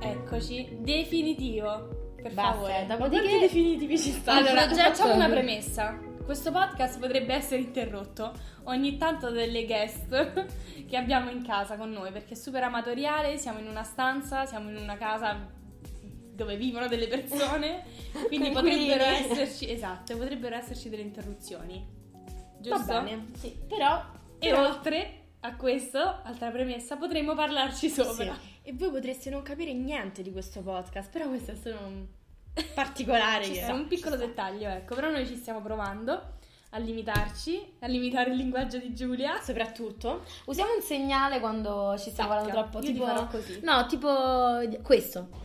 eccoci, definitivo. Per Basta, favore. dopodiché- Ma quanti definitivi ci stanno? Allora, Allora, già facciamo facciamo- una premessa. Questo podcast potrebbe essere interrotto ogni tanto delle guest che abbiamo in casa con noi perché è super amatoriale, siamo in una stanza, siamo in una casa dove vivono delle persone, quindi Coinquilini. potrebbero esserci, esatto, potrebbero esserci delle interruzioni. Giusto? Va bene. Sì, però... E però- oltre a questo, altra premessa, potremmo parlarci sopra. Sì. E voi potreste non capire niente di questo podcast, però questo è solo un particolare. Ci che- sta, un piccolo dettaglio, ecco, però noi ci stiamo provando a limitarci, a limitare il linguaggio di Giulia. Soprattutto, Usiamo un segnale quando ci stiamo parlando Sacca. troppo. Io ti tipo... farò così. No, tipo questo.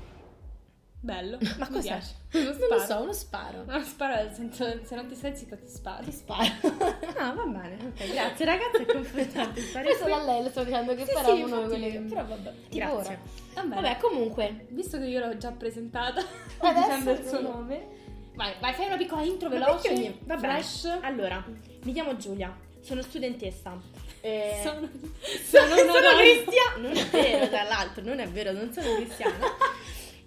Bello. Ma mi cos'è? piace. Uno Non sparo. lo so, uno sparo. Uno sparo nel senso, se non ti stai zitto ti sparo. Ti sparo. no, va bene. ok, grazie, ragazzi, è confortante stare Questo qui. da lei lo sto dicendo che Sì, sarà sì, uno di infatti, quelli. però vabbè. Tipo Grazie. ora. Vabbè, Vabbè, ecco. comunque, visto che io l'ho già presentata Adesso dicendo il suo tu- nome. Vai, vai, fai una piccola intro Ma veloce. perché ogni- vabbè. Flash. Allora, mi chiamo Giulia, sono studentessa. Eh, Sono, sono, sono una donna. cristiana. Non è vero, tra l'altro, non è vero, non sono cristiana.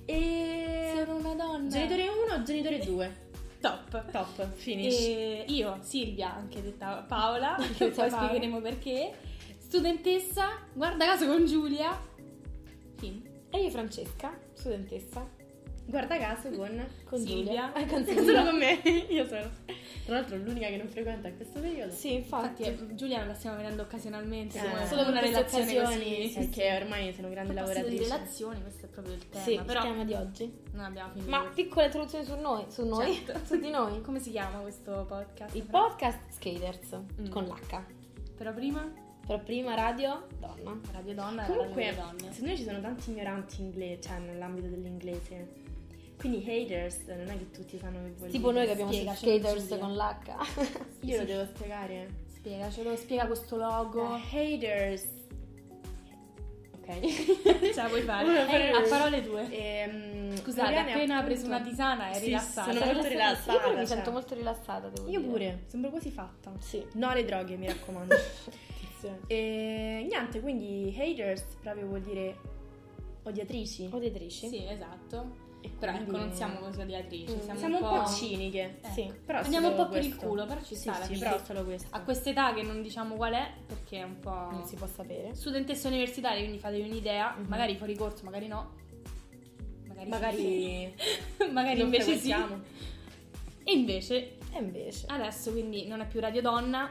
E Sono una donna. genitore 1, genitore 2. top. Top, finish. E io, Silvia, anche detta Paola, che Detta poi Paola. spiegheremo perché. Studentessa, guarda caso con Giulia. Fin. E io Francesca, studentessa. Guarda caso con Con Silvia. Giulia. Ah, con Solo Silvia. con me, io sono. Tra l'altro l'unica che non frequenta in questo periodo. sì, infatti. Infatti, eh, Giulia non la stiamo vedendo occasionalmente, Eh, ma è solo solo in una queste relazione occasioni, così. sì, Perché ormai sono grande A proposito di lavoratrice. relazioni, questo è proprio il tema, Sì, il però tema di oggi. non abbiamo finito. Ma piccola introduzione su noi, su noi, Certo. su di noi. come si chiama questo podcast? Il però? podcast Skaters Mm. con l'H. Però prima Però prima radio donna. Radio Donna era la Comunque, delle donne. secondo me ci sono tanti ignoranti inglese, cioè nell'ambito dell'inglese. Quindi haters, non è che tutti sanno che vuol dire. Tipo noi che abbiamo Spiega, Skaters Giulia. con l'H. Io lo devo spiegare. Eh, Spiegacelo, spiega questo logo. Haters. Ok. Eh. Ce la puoi fare. Eh, Volevo fare- a parole tue. Ehm, Scusate, Oriane, appena ha appunto- preso una tisana è Sì, rilassata. sono molto rilassata, Io pure mi cioè. sento molto rilassata, devo Io dire. pure, sembro quasi fatta. Sì. No alle droghe, mi raccomando. Attenzione. e niente, quindi haters proprio vuol dire odiatrici. Odiatrici. Sì, esatto. E Però quindi- ecco, non siamo così odiatrici. Mm. Siamo, Siamo un po', ciniche. Ecco. Sì. Però Andiamo un solo po' per il questo. culo, però ci Sì, sta alla sì, fine. però solo questo. A quest'età che non diciamo qual è, perché è un po'. Non si può sapere. Studentessa universitaria, quindi fatevi un'idea, Mhm. magari fuori corso, magari no. Magari, Magari magari non Eh, invece sì. frequentiamo. E invece E invece. adesso quindi non è più Radio Donna,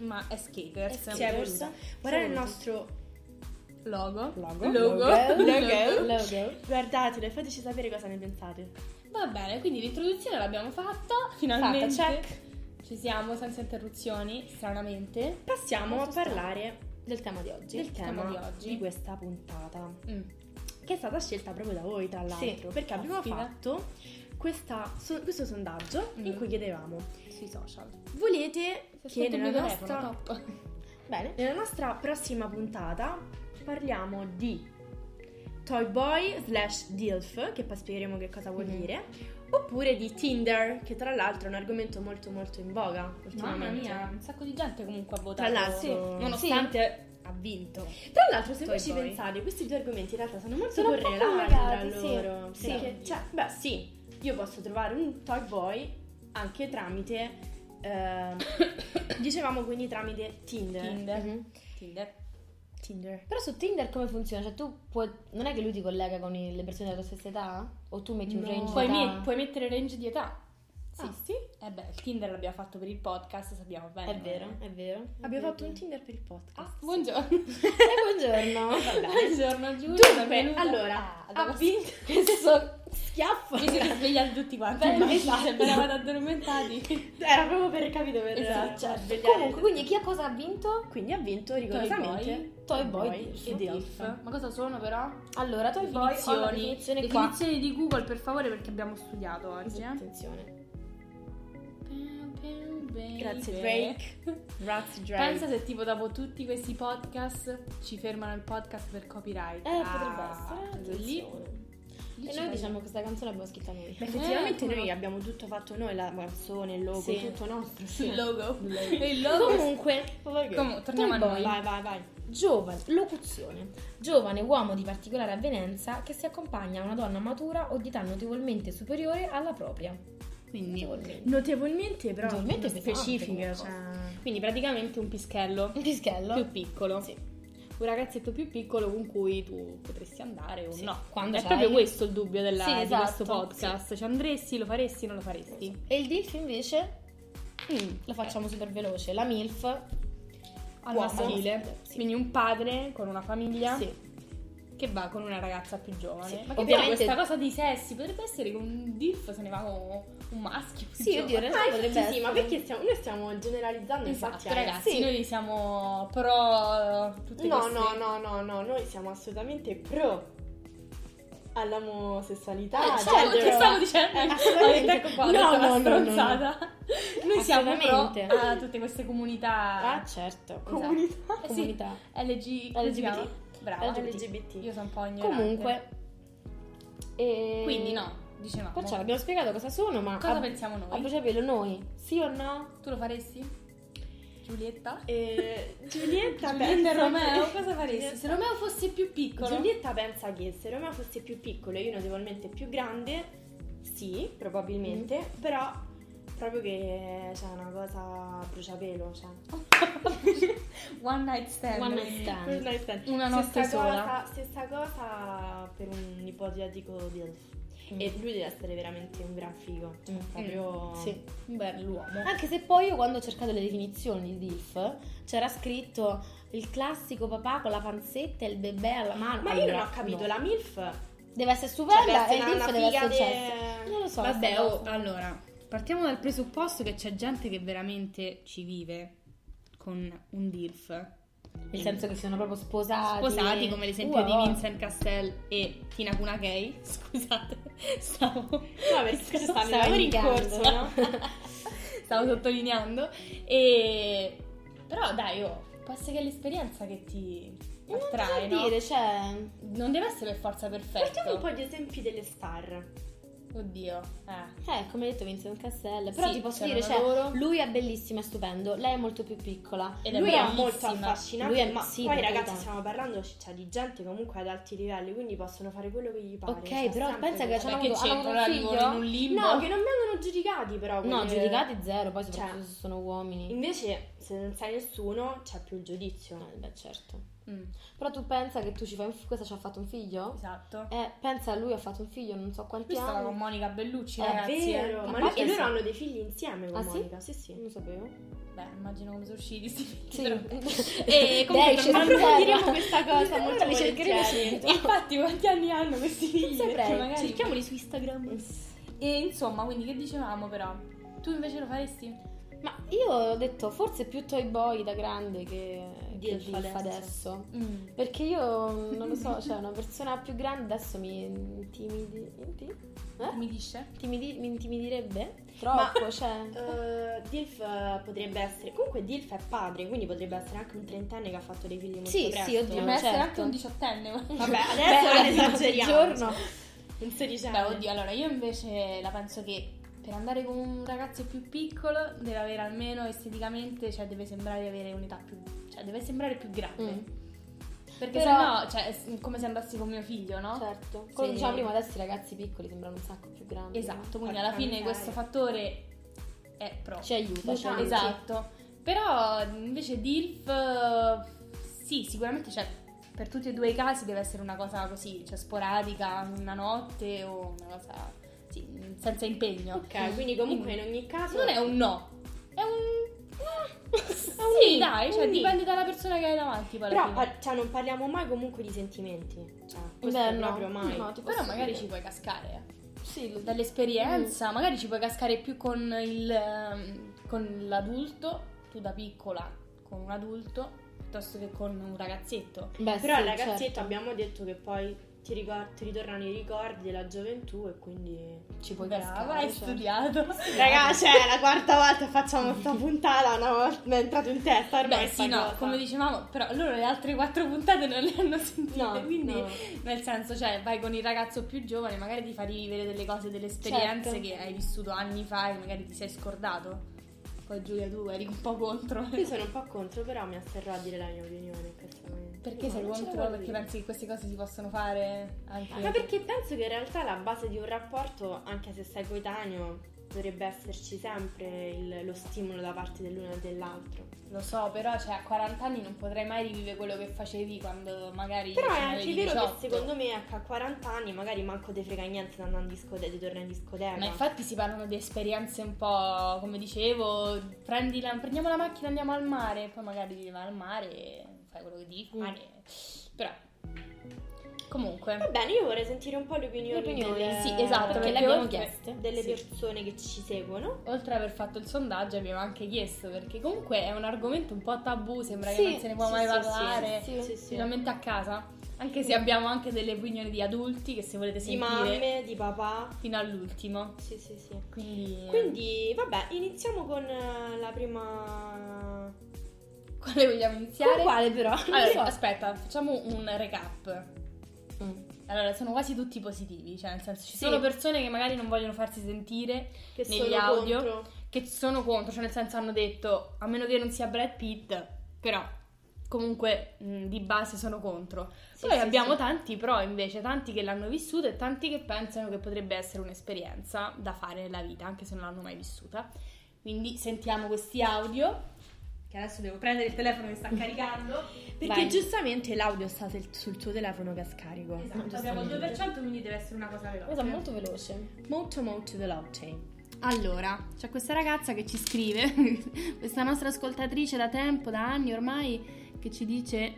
ma è Skaters. È Ci è Skaters. voluta. Guardate il Saluti. nostro Logo. Logo. Logo. Logo. Logo. Logo. Guardatelo e fateci sapere cosa ne pensate. Va bene, quindi l'introduzione l'abbiamo fatta, finalmente. check. Ci siamo senza interruzioni, stranamente. Passiamo a Molto strano. parlare Del tema di oggi. del il tema tema di oggi. di questa puntata, Mm. che è stata scelta proprio da voi, tra l'altro, perché abbiamo Caspita. fatto questa- so- questo sondaggio Mm. in cui chiedevamo: Sui social. volete che Ascolta il mio nella telefono, nostra, top. bene, nella nostra prossima puntata parliamo di Toy Boy slash DILF, che poi spiegheremo che cosa vuol Mhm. dire, oppure di Tinder, che tra l'altro è un argomento molto molto in voga ultimamente. Mamma mia, Cioè, un sacco di gente comunque ha Tra votato. l'altro, Ah, Sì. nonostante ha vinto. Sì. Tra l'altro, se Poi voi ci poi. pensate, questi due argomenti in realtà sono molto Sono un po' correlati collegati, tra sì. loro. Sì. Perché, cioè, beh, sì, io posso trovare un toy boy anche tramite. eh, dicevamo quindi tramite Tinder. Tinder. Mhm. Tinder. Tinder. Però su Tinder come funziona? Cioè tu puoi... Non è che lui ti collega con i- le persone della tua stessa età? O tu metti un No. range Puoi, di età? met- puoi mettere range di età. Sì. Ah, sì. Eh beh, il Tinder l'abbiamo fatto per il podcast, sappiamo bene. È vero, è vero. Abbiamo È fatto un vero. Tinder per il podcast. Ah, buongiorno. Eh, buongiorno. Vabbè. buongiorno Giulia. Dunque, benvenuta. allora, Ah, ha vinto. Questo schiaffo. Vi siete svegliati tutti quanti. Bello, immagino, esatto. se ve eravate addormentati. Era proprio per capito per Esatto, per certo. svegliare. Comunque, quindi chi ha cosa ha vinto? Quindi ha vinto Toy rigorosamente Boy, Toy Boy e Dilf. Dilf. Ma cosa sono però? Allora, tu poi ho la Definizioni. definizione qua. Esatto. Definizioni di Google, per favore, perché abbiamo studiato oggi. eh. Attenzione. Grazie Baby. Drake. Grazie Drake. Pensa se tipo dopo tutti questi podcast ci fermano il podcast per copyright. Eh, Ah, potrebbe essere. lì- attenzione. lì E ci noi fai- diciamo che questa canzone l'abbiamo scritta noi. Ma effettivamente Eh, come noi no. abbiamo tutto fatto noi, la canzone, il logo, Sì. tutto nostro. il logo. Il logo. il logo. Comunque, Comunque, torniamo a Toy noi. Boy. Vai, vai, vai. Giovane, locuzione. Giovane uomo di particolare avvenenza che si accompagna a una donna matura o di età notevolmente superiore alla propria. Quindi, Notevolmente. Notevolmente, però. Notevolmente sono pesante specifiche, come cioè. quindi praticamente un pischello Un pischello. più piccolo. Sì. Un ragazzetto più piccolo con cui tu potresti andare o Sì, no. quando È c'hai- proprio questo il dubbio della- Sì, di questo esatto, podcast. Ci andresti, lo faresti, non lo faresti? E il DILF invece Mm. lo facciamo super veloce. La MILF Al uomo. maschile. Sì. Quindi un padre con una famiglia Sì. che va con una ragazza più giovane. Sì. Ma che Ovviamente- Ovviamente... questa cosa di sessi potrebbe essere che un diff se ne va con un maschio più Sì, oddio, in giovane. realtà Ah, potrebbe infatti essere. sì, ma perché stiamo, noi stiamo generalizzando infatti Esatto, Ale. ragazzi, Sì. noi siamo pro eh, tutte No, queste- no, no, no, no, noi siamo assolutamente pro all'omosessualità. Ah, al certo, gender- ti stavo dicendo, cioè, Eh, assolutamente. ecco qua, ho No, detto una no, no, no, stronzata. Noi siamo pro Assolutamente. a tutte queste comunità Ah, certo. esatto. Comunità eh sì, Comunità. LG, come si chiama? LGBT. Brava, LGBT. io LGBT. sono un po' ignorante. Comunque. eh, e- Quindi no, dicevamo. Perciò abbiamo spiegato cosa sono, ma Cosa a, pensiamo a noi? bruciapelo noi, sì o no? Tu lo faresti? Giulietta? Eh, Giulietta, Giulietta e pensa Romeo, che- cosa faresti? Giulietta- Se Romeo fosse più piccolo... Giulietta pensa che se Romeo fosse più piccolo e io notevolmente più grande, sì, probabilmente, però proprio che c'è una cosa a bruciapelo, cioè. One night stand. One night stand. Night stand. Una notte stessa sola. Cosa, stessa cosa per un ipotetico DILF. Mm. E lui deve essere veramente un gran figo, cioè Mm. proprio... Sì. Un bell'uomo. Anche se poi io quando ho cercato le definizioni di DILF c'era scritto il classico papà con la panzetta e il bebè alla mano. Ma io non ho capito, la MILF... Deve cioè, essere stupenda e il deve essere una DILF deve figa essere de- cesso. Non lo so. Vabbè, sta oh, cosa. allora, partiamo dal presupposto che c'è gente che veramente ci vive con un DIRF. Nel senso che sono proprio sposati. Sposati, Uh, come l'esempio di Wow. Vincent Castell e Tina Kunakei. Scusate, stavo... No, perché ci stanno i Stavo lavori in indicando. corso, no? stavo sottolineando. E... Però dai, oh, può essere che è l'esperienza che ti Non attrae, so no? dire, cioè... Non deve essere per forza Partiamo perfetto. un po' gli esempi delle star. Oddio. Eh. Eh, come hai detto Vincent Castell, però Sì, ti posso c'erano dire, cioè, loro. lui è bellissimo, è stupendo, lei è molto più piccola. Ed Lui è bravissima. molto affascinante, Lui è- ma sì, poi per ragazzi carità. stiamo parlando cioè, di gente comunque ad alti livelli, quindi possono fare quello che gli pare. Ok, cioè, però sempre pensa che quello. c'è- Hanno Perché avuto- hanno c'entra avuto un vivono in figlio? un limbo? No, che non vengono giudicati però. No, quelle- giudicati zero, poi Cioè- soprattutto se sono uomini. Invece, se non sai nessuno, c'è più il No, giudizio. beh, certo. Mm, Però tu pensa che tu ci fai un figlio, questa ci ha fatto un figlio? esatto. Eh, pensa, lui ha fatto un figlio non so quanti Lui stava con anni. Monica Bellucci, È ragazzi. eh. Vero, Ma ma poi lui- e pensa- loro hanno dei figli insieme con Ah, sì? Monica, sì sì. Non lo sapevo. Beh, immagino come sono usciti sti figli, Sì. però. E Dai, Eh, comunque tornando- esce senza- Approfondiremo questa cosa Allora molto li cercheremo volentieri. subito. Infatti, quanti anni hanno questi figli? saprei. Perché magari- Cerchiamoli su Instagram. E insomma, quindi che dicevamo però? Tu invece lo faresti? Ma io ho detto, forse più Toy Boy da grande che che Dilf Dilf adesso. adesso. Perché io non lo so, cioè una persona più grande adesso mi intimidi. inti- Mi dice? timidi- mi intimidirebbe troppo, cioè. Eh, Dilf eh, potrebbe essere. Comunque, Dilf è padre, quindi potrebbe essere anche un trentenne che ha fatto dei figli molto Sì, presto. sì, oddio. Potrebbe essere certo. anche un diciottenne. ma- Vabbè, Beh, adesso non adesso esageriamo. diciamo. Giorno. Un Diciamo. sedicenne. Beh, oddio, allora io invece la penso che per andare con un ragazzo più piccolo deve avere almeno esteticamente, cioè deve sembrare di avere un'età più... cioè deve sembrare più grande. Mm. Perché Però- sennò, cioè, è s- come se andassi con mio figlio, no? Certo. Quello Sì. che dicevamo prima, adesso i ragazzi piccoli sembrano un sacco più grandi. Esatto, quindi Porca alla fine miseria. questo fattore è pro. Cioè, Ci diciamo aiuta, ci aiuta. esatto. Però invece DILF, eh, sì, sicuramente cioè, per tutti e due i casi deve essere una cosa così, cioè sporadica, una notte o una cosa sì, senza impegno. Ok, quindi comunque in ogni caso. Non è un no, è un... Eh, un sì, nì, dai, cioè un nì. dipende dalla persona che hai davanti. Poi, alla Però fine. par- cioè, non parliamo mai comunque di sentimenti. Cioè, questo Beh, è no. proprio mai. No, ti Però posso magari dire. ci puoi cascare. eh. Sì, lo- Dall'esperienza, magari ci puoi cascare più con, il, ehm, con l'adulto, tu da piccola con un adulto, piuttosto che con un ragazzetto. Beh, Però sì, al ragazzetto certo. abbiamo detto che poi ti, ricor- ti ritornano i ricordi della gioventù e quindi. ci puoi Brava, cascare, hai certo. studiato. Ragazzi, è la quarta volta che facciamo sta puntata, no? Mi è entrato in testa Beh, ormai. sì, no, come dicevamo, però loro le altre quattro puntate non le hanno sentite, No, quindi no. nel senso, cioè, vai con il ragazzo più giovane, magari ti fa rivivere delle cose, delle esperienze Certo. che hai vissuto anni fa e magari ti sei scordato. Poi Giulia tu eri un po' contro. Io sono un po' contro, però mi asserrò a dire la mia opinione in questo momento. Perché No, sei non ce la contro? voglio Perché dire. pensi che queste cose si possono fare anche... Ma perché penso che in realtà la base di un rapporto, anche se sei coetaneo, dovrebbe esserci sempre il- lo stimolo da parte dell'uno e dell'altro. Lo so, però cioè, a 40 anni non potrei mai rivivere quello che facevi quando magari... Però è avevi anche vero 18. che secondo me ecco, a 40 anni magari manco te frega niente di andare in discoteca, di tornare in discoteca. Ma infatti si parlano di esperienze un po', come dicevo, prendi la- prendiamo la macchina, andiamo al mare, poi magari vai al mare e fai quello che dico. Mm. Però, Va comunque, bene, io vorrei sentire un po' le opinioni, delle, sì, esatto, perché perché le abbiamo oltre- chieste. delle sì. persone che ci seguono. oltre ad aver fatto il sondaggio abbiamo anche chiesto, perché comunque è un argomento un po' tabù, sembra che Sì, non se ne può sì, mai sì, parlare, Sì, sì, sì. specialmente a casa, anche se abbiamo anche delle opinioni di adulti che se volete Di sentire mamme, di papà. fino all'ultimo. Sì, sì, sì. Quindi, Quindi, vabbè, iniziamo con eh, la prima... quale vogliamo iniziare? Con quale però? Allora, Non so. aspetta, facciamo un recap. Allora, sono quasi tutti positivi, cioè nel senso ci Sì. sono persone che magari non vogliono farsi sentire, Che Negli sono audio. contro. che sono contro, cioè nel senso hanno detto a meno che non sia Brad Pitt, però comunque mh, di base sono contro. Sì, Poi sì, abbiamo sì. tanti pro invece, tanti che l'hanno vissuto e tanti che pensano che potrebbe essere un'esperienza da fare nella vita, anche se non l'hanno mai vissuta. Quindi sentiamo questi audio. Che adesso devo prendere il telefono che sta caricando. Perché Vai. giustamente l'audio sta sul- sul tuo telefono che è scarico. Esatto, abbiamo il 2%, quindi deve essere una cosa veloce. Questa è molto veloce. Molto molto veloce. Allora, c'è questa ragazza che ci scrive, questa nostra ascoltatrice da tempo, da anni ormai, che ci dice...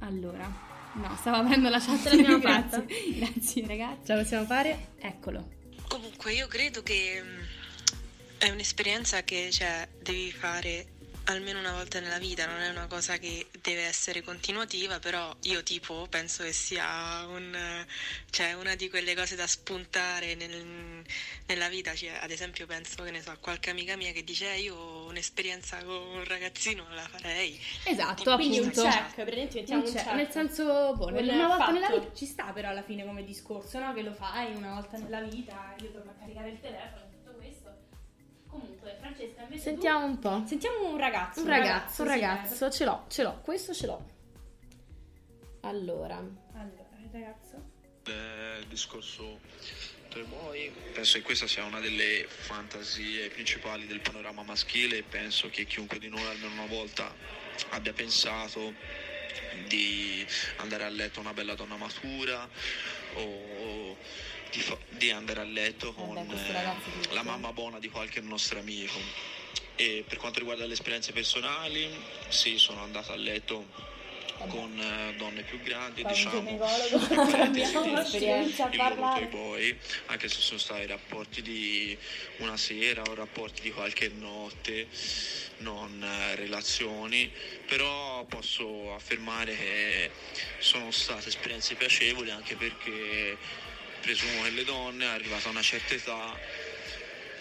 Allora, no, stavo aprendo la chat. Ce l'abbiamo grazie, grazie ragazzi. Ce la possiamo fare? Eccolo. Comunque io credo che mh, è un'esperienza che cioè, devi fare almeno una volta nella vita, non è una cosa che deve essere continuativa, però io tipo penso che sia un, eh, cioè, una di quelle cose da spuntare nel- nella vita, Cioè, ad esempio penso che ne so, a qualche amica mia che dice "Eh, io un'esperienza con un ragazzino la farei, Esatto, Quindi un appunto. check, praticamente diciamo Un check, Nel senso, boh, Un una volta fatto. nella vita ci sta però alla fine come discorso, no? Che lo fai una volta nella vita, io torno a caricare il telefono, tutto questo. Comunque, Francesca, invece tu- Sentiamo un po'. Sentiamo un ragazzo. Un ragazzo, un ragazzo, ce l'ho, ce l'ho, questo ce l'ho. Allora, Allora, il ragazzo... del discorso Toy Penso che questa sia una delle fantasie principali del panorama maschile e penso che chiunque di noi almeno una volta abbia pensato di andare a letto una bella donna matura o di, fa- di andare a letto con Vabbè, questo eh, ragazzo dice. la mamma buona di qualche nostro amico. E per quanto riguarda le esperienze personali, sì, sono andato a letto con eh, donne più grandi, Fa un diciamo, ginecologo. tra parentesi, Abbiamo il un'esperienza a il loro parlare. poi poi, anche se sono stati rapporti di una sera o rapporti di qualche notte, non eh, relazioni, però posso affermare che sono state esperienze piacevoli anche perché presumo che le donne arrivate a una certa età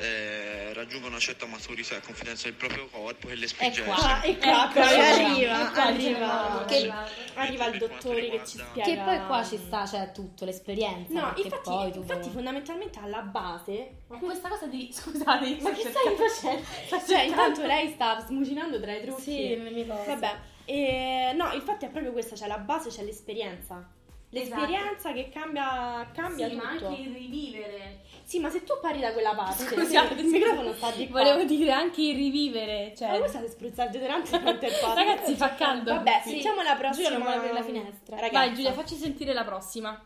eh, raggiungono una certa maturità e confidenza del proprio corpo e le spinge qua. Ah, e qua, Ecco, qua arriva, arriva, arriva. arriva. Che- Arriva il Per quanto dottore che riguarda- ci Che spiega. che poi qua ci sta, cioè, tutto, l'esperienza. No, perché infatti, poi tu... infatti fondamentalmente alla base... Ma questa cosa di. Scusate, io Ma sto che stai cercando- facendo? Cioè, intanto lei sta smucinando tra i trucchi. Sì, non mi ricordo. Vabbè, eh, no, infatti è proprio questa, cioè la base c'è l'esperienza. L'esperienza che cambia, cambia Sì, tutto. ma anche il rivivere. Sì, ma se tu pari da quella parte, Scusate, il microfono sta di qua. Volevo dire anche il rivivere. Cioè. Ma voi state spruzzando il deodorante quanto è fatto? Ragazzi, fa caldo. Vabbè, Sì. sentiamo la prossima. Giulia non vuole aprire la finestra. Ragazzi, Vai, Giulia, facci sentire la prossima.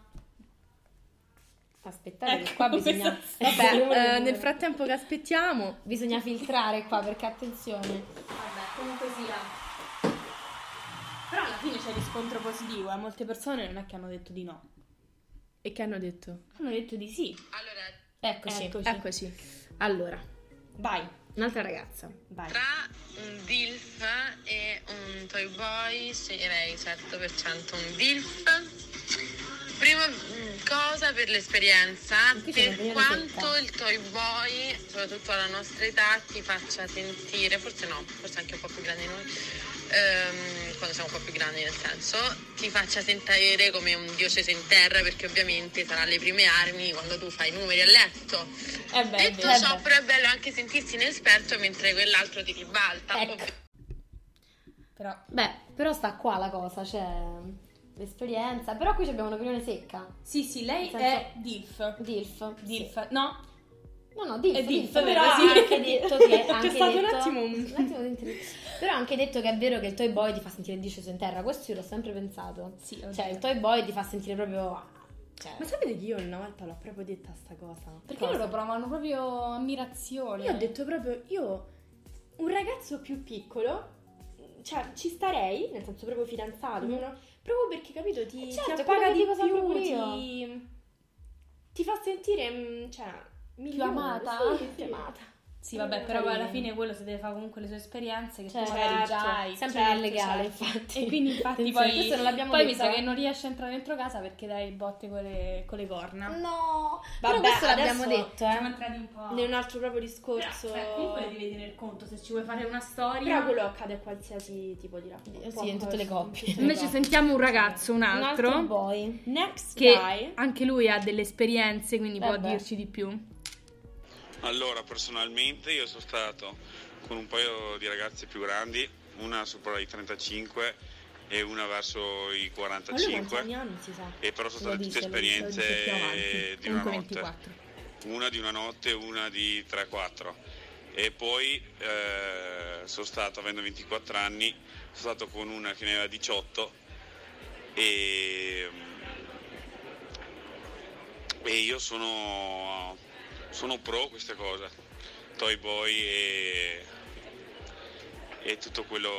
Aspettate, Ecco, che qua bisogna... questa- Vabbè, eh, nel frattempo... frattempo che aspettiamo, Bisogna filtrare qua, perché attenzione. Vabbè, comunque sia. Però alla fine c'è riscontro positivo, eh. Molte persone non è che hanno detto di no. e che hanno detto? Hanno detto di sì. Allora, Eccoci. Eccoci. Eccoci. Allora, Vai, un'altra ragazza. vai. Tra un DILF e un Toy Boy sceglierei 100% un DILF prima mm, cosa per l'esperienza, Qui c'è per l'opinione quanto secca. il toy boy, soprattutto alla nostra età, ti faccia sentire, forse no, forse anche un po' più grandi noi, ehm, quando siamo un po' più grandi nel senso, ti faccia sentire come un dio sceso in terra perché ovviamente sarà le prime armi quando tu fai i numeri a letto. È bello. Detto ciò, però è bello anche sentirsi inesperto mentre quell'altro ti ribalta. Ecco. Però Beh, però sta qua la cosa, cioè l'esperienza. Però qui abbiamo un'opinione secca. sì, sì, lei Nel senso- è DILF. Dilf. DILF, no? No, no, dilf. È dilf, però vero, ha sì. anche detto che... C'è ha anche stato un detto- attimo un- un attimo di interruzione. Però ha anche detto che è vero che il toy boy ti fa sentire disceso in terra. Questo io l'ho sempre pensato. Sì, ho Cioè, il Certo. detto. toy boy ti fa sentire proprio... Cioè, Ma sapete che io una volta l'ho proprio detta sta cosa? Perché Cosa? loro provano proprio ammirazione. Io ho detto proprio, io un ragazzo più piccolo, cioè ci starei, nel senso proprio fidanzato, uno- proprio perché capito ti, Eh ti certo, è quello appaga che di dico sempre più, io. ti, ti fa sentire, mm, cioè, migliore, amata? sì, sì. amata. Sì, vabbè, Mm, però sì. alla fine quello si deve fare comunque le sue esperienze che Certo, tu magari già hai. sempre certo, nel legale, certo. infatti. E quindi infatti Attenzione, poi, questo non l'abbiamo poi mi detto, sa eh. che non riesce a entrare dentro casa perché dai botte con le, con le corna. Mm. No, Vabbè, però questo l'abbiamo adesso detto, Siamo eh. entrati un po'. È un altro proprio Però, discorso. cioè, comunque devi tenere conto se ci vuoi fare una storia. Però quello accade a qualsiasi tipo di rapporto. Eh sì, in tutte le coppie. In tutte le Invece coppie. sentiamo un ragazzo, un altro, Un altro boy. Next che guy. anche lui ha delle esperienze, quindi può Vabbè. dirci di più. Allora, personalmente io sono stato con un paio di ragazze più grandi, una sopra i 35 e una verso i Ma lui quanti 45, anni ha, non si sa. e però sono Lo state tutte dice, lo dice, lo dice esperienze più avanti. di una Comunque notte, 24. una di una notte e una di 3-4. E poi eh, sono stato, avendo 24 anni, sono stato con una che ne aveva 18 e, mm, e io sono, sono pro queste cose, Toy Boy e, e tutto quello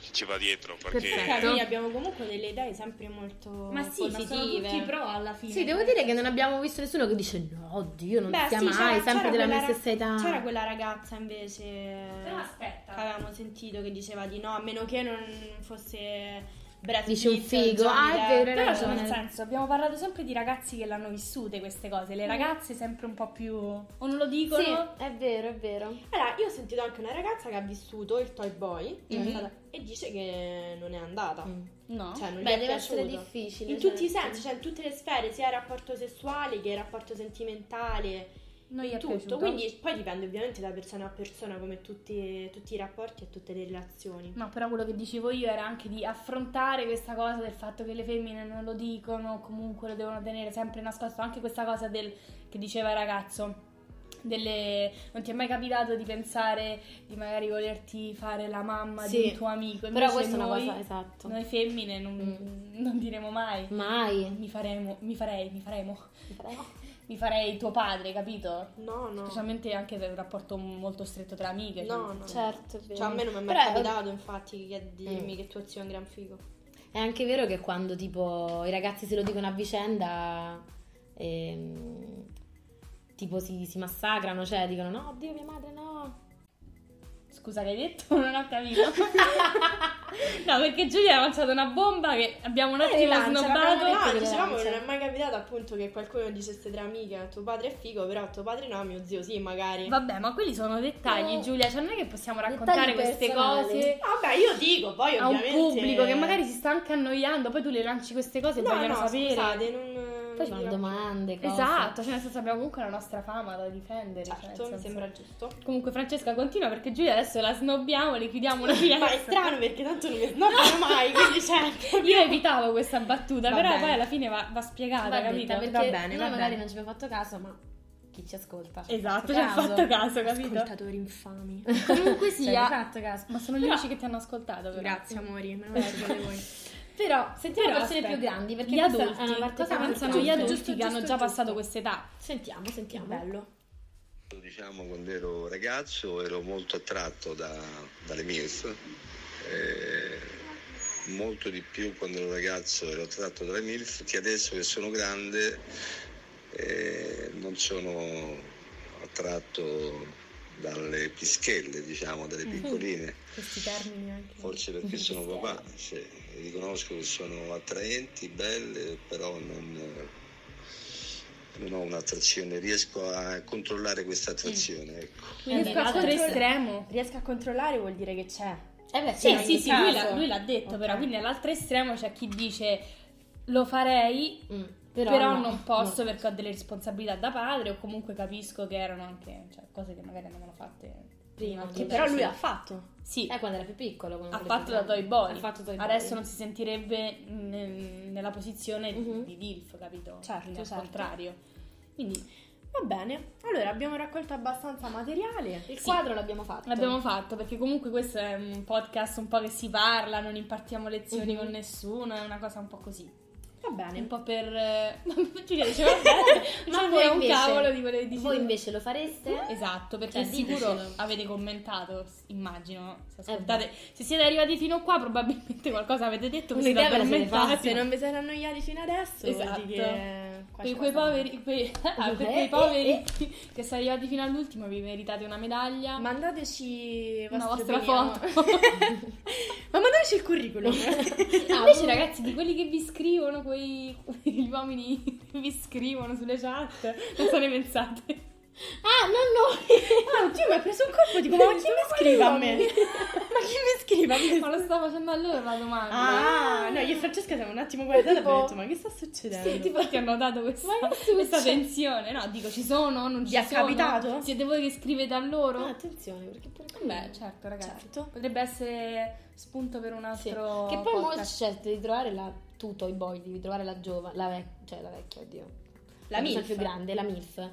che ci va dietro. Perché Perfetto. Certo. Cioè, quindi abbiamo comunque delle idee sempre molto. Ma sì, formative. sono tutti pro alla fine. Sì, devo dire che non abbiamo visto nessuno che dice no, oddio, non Beh, sia sì, mai, c'era- sempre c'era della mia quella ra- stessa età. C'era quella ragazza invece. Però che aspetta. avevamo sentito che diceva di no, a meno che non fosse Brad Dice un Pitt, figo, Johnny ah, è Depp. vero, hai Però ragione. cioè, nel senso, abbiamo parlato sempre di ragazzi che l'hanno vissute queste cose, Mm. le ragazze sempre un po' più o non lo dicono Sì, è vero, è vero. Allora, io ho sentito anche una ragazza che ha vissuto il Toy Boy Mhm. è stata- e dice che non è andata. No. Cioè, non gli Mm. Beh, è deve essere piaciuto. difficile. In certo. tutti i esatto. sensi, cioè in tutte le sfere, sia il rapporto sessuale che il rapporto sentimentale, non gli è tutto. piaciuto. Quindi poi dipende ovviamente da persona a persona, come tutti, tutti i rapporti e tutte le relazioni. No, però quello che dicevo io era anche di affrontare questa cosa del fatto che le femmine non lo dicono, comunque lo devono tenere sempre nascosto, anche questa cosa del che diceva il ragazzo. Delle... Non ti è mai capitato di pensare di magari volerti fare la mamma di Sì, un tuo amico? Però Invece questa noi, è una cosa esatto. Mm. Noi femmine non, non diremo mai. Mai. Mi faremo, mi farei, mi faremo, mi farei tuo padre, capito? No, no. Specialmente anche per un rapporto molto stretto tra amiche. No, no. Certo, è vero. Cioè, a me non mi è mai Però capitato, infatti, che dirmi Mm. che tuo zio è un gran figo. È anche vero che quando tipo i ragazzi se lo dicono a vicenda, ehm, tipo si, si massacrano, cioè dicono no, oddio, mia madre no. Scusa che hai detto, non ho capito. no, perché Giulia ha lanciato una bomba che abbiamo Eh, un attimo rilancia, snobbato. l'abbiamo No, detto che dicevamo che lancia. non è mai capitato appunto che qualcuno dicesse tra amiche "Ah, tuo padre è figo, però tuo padre no, mio zio sì, magari. Vabbè, ma quelli sono dettagli, No. Giulia. Cioè, non è che possiamo raccontare queste personali. cose Vabbè, io dico, poi a un ovviamente... pubblico che magari si sta anche annoiando. Poi tu le lanci queste cose e No, vogliono no, sapere. scusate, non... Poi non fanno dirò. domande, cose. Esatto, cioè nel senso abbiamo comunque la nostra fama da difendere. cioè, nel Certo, mi senso- sembra giusto. Comunque Francesca continua perché Giulia adesso la snobbiamo, le chiudiamo una Ma è finestra. strano perché tanto non mi snobbano mai, quindi certo. Io evitavo questa battuta, Va però bene. poi alla fine va, va spiegata, Va capito? detta, perché va bene, noi va magari bene. non ci abbiamo fatto caso, ma chi ci ascolta? ci Esatto, ci ha ha fatto caso, capito? Ascoltatori infami. Comunque Cioè, ci ha sia, fatto caso. ma sono gli Però- unici che ti hanno ascoltato, però. Grazie, amori, me lo lasciate voi. Però sentiamo Però, persone aspetta, più grandi perché Gli questa adulti, è una parte cosa che- pensano Giusto, gli adulti giusto, che hanno giusto, già giusto. passato questa età? Sentiamo, sentiamo. Bello. Diciamo quando ero ragazzo ero molto attratto da- dalle MILF, eh, molto di più quando ero ragazzo ero attratto dalle MILF che adesso che sono grande eh, non sono attratto dalle pischelle, diciamo, dalle piccoline. Questi termini anche. Forse perché sono papà, cioè, riconosco che sono attraenti, belle, però non, non ho un'attrazione, riesco a controllare questa attrazione. Ecco. Eh, Riesco tra a l'altro è estremo. Riesco a controllare vuol dire che c'è. Eh beh, Sì, in sì, ogni sì, lui, caso. l'ha, lui l'ha detto Ok. però, quindi all'altro estremo c'è chi dice lo farei, Mm, però, no, non posso no. perché ho delle responsabilità da padre o comunque capisco che erano anche cioè, cose che magari avevano fatte Prima, Che Che prima, però sì. lui ha fatto. Sì, Eh, quando era più piccolo. quando ha era fatto più da grande. Toy Boy. Ha fatto Toy Boy. Adesso non si sentirebbe ne- nella posizione di- Mhm. di Dilf, capito? Certo, Quindi certo. Al contrario. Quindi Va bene. Allora abbiamo raccolto abbastanza materiale. Il quadro l'abbiamo fatto. l'abbiamo fatto perché comunque questo è un podcast un po' che si parla, non impartiamo lezioni Mhm. con nessuno, è una cosa un po' così. Va È un bene. po' per... eh, Giulia diceva bene, ma Ma voi voi un invece- cavolo di quello che dici Voi tu. invece lo fareste? Esatto, perché Cioè, sicuro ditecelo. avete commentato, s- immagino. Se, Eh, ascoltate- se siete arrivati fino qua, probabilmente qualcosa avete detto. vi Un'idea siete ve la siete addormentati. fatta, Se non vi siete annoiati fino adesso, Esatto. vuol dire che Per qualcosa- quei poveri, quei- ah, per Eh, quei eh, poveri eh. che sono arrivati fino all'ultimo, vi meritate una medaglia. Mandateci Una vostre vostra opinioni. foto. Ma mandateci il curriculum. Ah, Invece, voi- ragazzi, di quelli che vi scrivono, quei gli uomini che vi scrivono sulle chat, cosa ne pensate? Ah, non noi! Ah, oddio, mi ha preso un colpo. Dico, ma chi mi scrive a me? Ma chi mi scrive a me? Ma lo sto facendo a loro la domanda. Ah, no, io e Francesca siamo un attimo guardate e abbiamo detto, ma che sta succedendo? Sì, tipo ti hanno dato questa, Ma che succede? questa tensione. No, dico, ci sono, non ci Vi è sono. capitato? Siete voi che scrivete a loro? Ah, attenzione, perché pure Beh, certo, ragazzi. Certo. Potrebbe essere spunto per un Sì. altro Che poi molti podcast. scelte di trovare la tu Toy Boy, devi trovare la giovane, la vecchia, cioè la vecchia, oddio. La persona MILF. più grande, la MILF.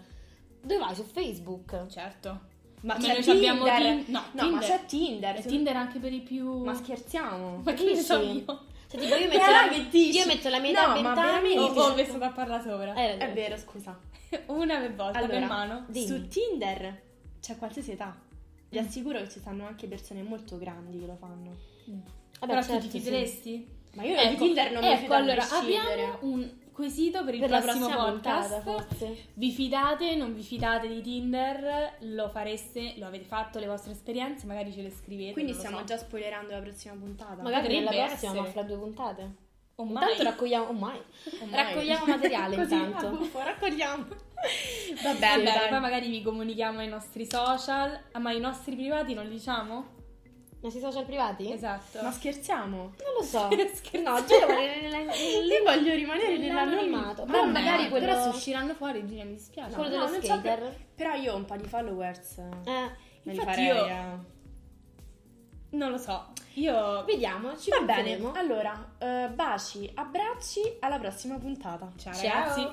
Dove vai su Facebook? Certo. Ma Come c'è noi ci Tinder? abbiamo Tin- no, no, ma Tinder. c'è Tinder. E Tinder anche per i più... Ma scherziamo. Ma che ne so Capisci? io? Cioè, tipo io metto, Guarda la, che dici. io metto la mia età No, a ma 20 anni. veramente. Ho, Sì, ho sì. messo da parlare sopra. Eh, È vero, scusa. Una per volta, per mano. dimmi. su Tinder c'è qualsiasi età. Vi assicuro che ci stanno anche persone molto grandi che lo fanno. Vabbè, Però certo, tu ti sì. fideresti? Ma io di Tinder non mi ecco, fido a allora, prescindere. abbiamo un quesito per il Per la prossimo prossima podcast. puntata, forse. Vi fidate, non vi fidate di Tinder? Lo fareste, lo avete fatto, le vostre esperienze? Magari ce le scrivete. Quindi non lo stiamo so. già spoilerando la prossima puntata. Magari nella Potrebbe prossima, essere. ma fra due puntate. Oh, Intanto mai. raccogliamo, oh mai. Ormai. raccogliamo materiale Così, intanto. a buffo, raccogliamo. Va Vabbè, bene, dai. poi magari vi comunichiamo ai nostri social, Ah, ma i nostri privati non li diciamo? Ma si social privati? Esatto. Ma scherziamo? Non lo so. Scherzo. no, giuro, vorrei nella- Io voglio rimanere nell'anonimato. Nell'anonimato. Però Vabbè, magari no, quello- Però se usciranno fuori, Gina, mi dispiace. quello no, dello non so skater. Però io ho un po' di followers. Me Eh, li infatti farei, io- eh. Non lo so, io... vediamo, ci Va bene, penseremo. allora, eh, baci, abbracci, alla prossima puntata. Ciao Ciao. ragazzi.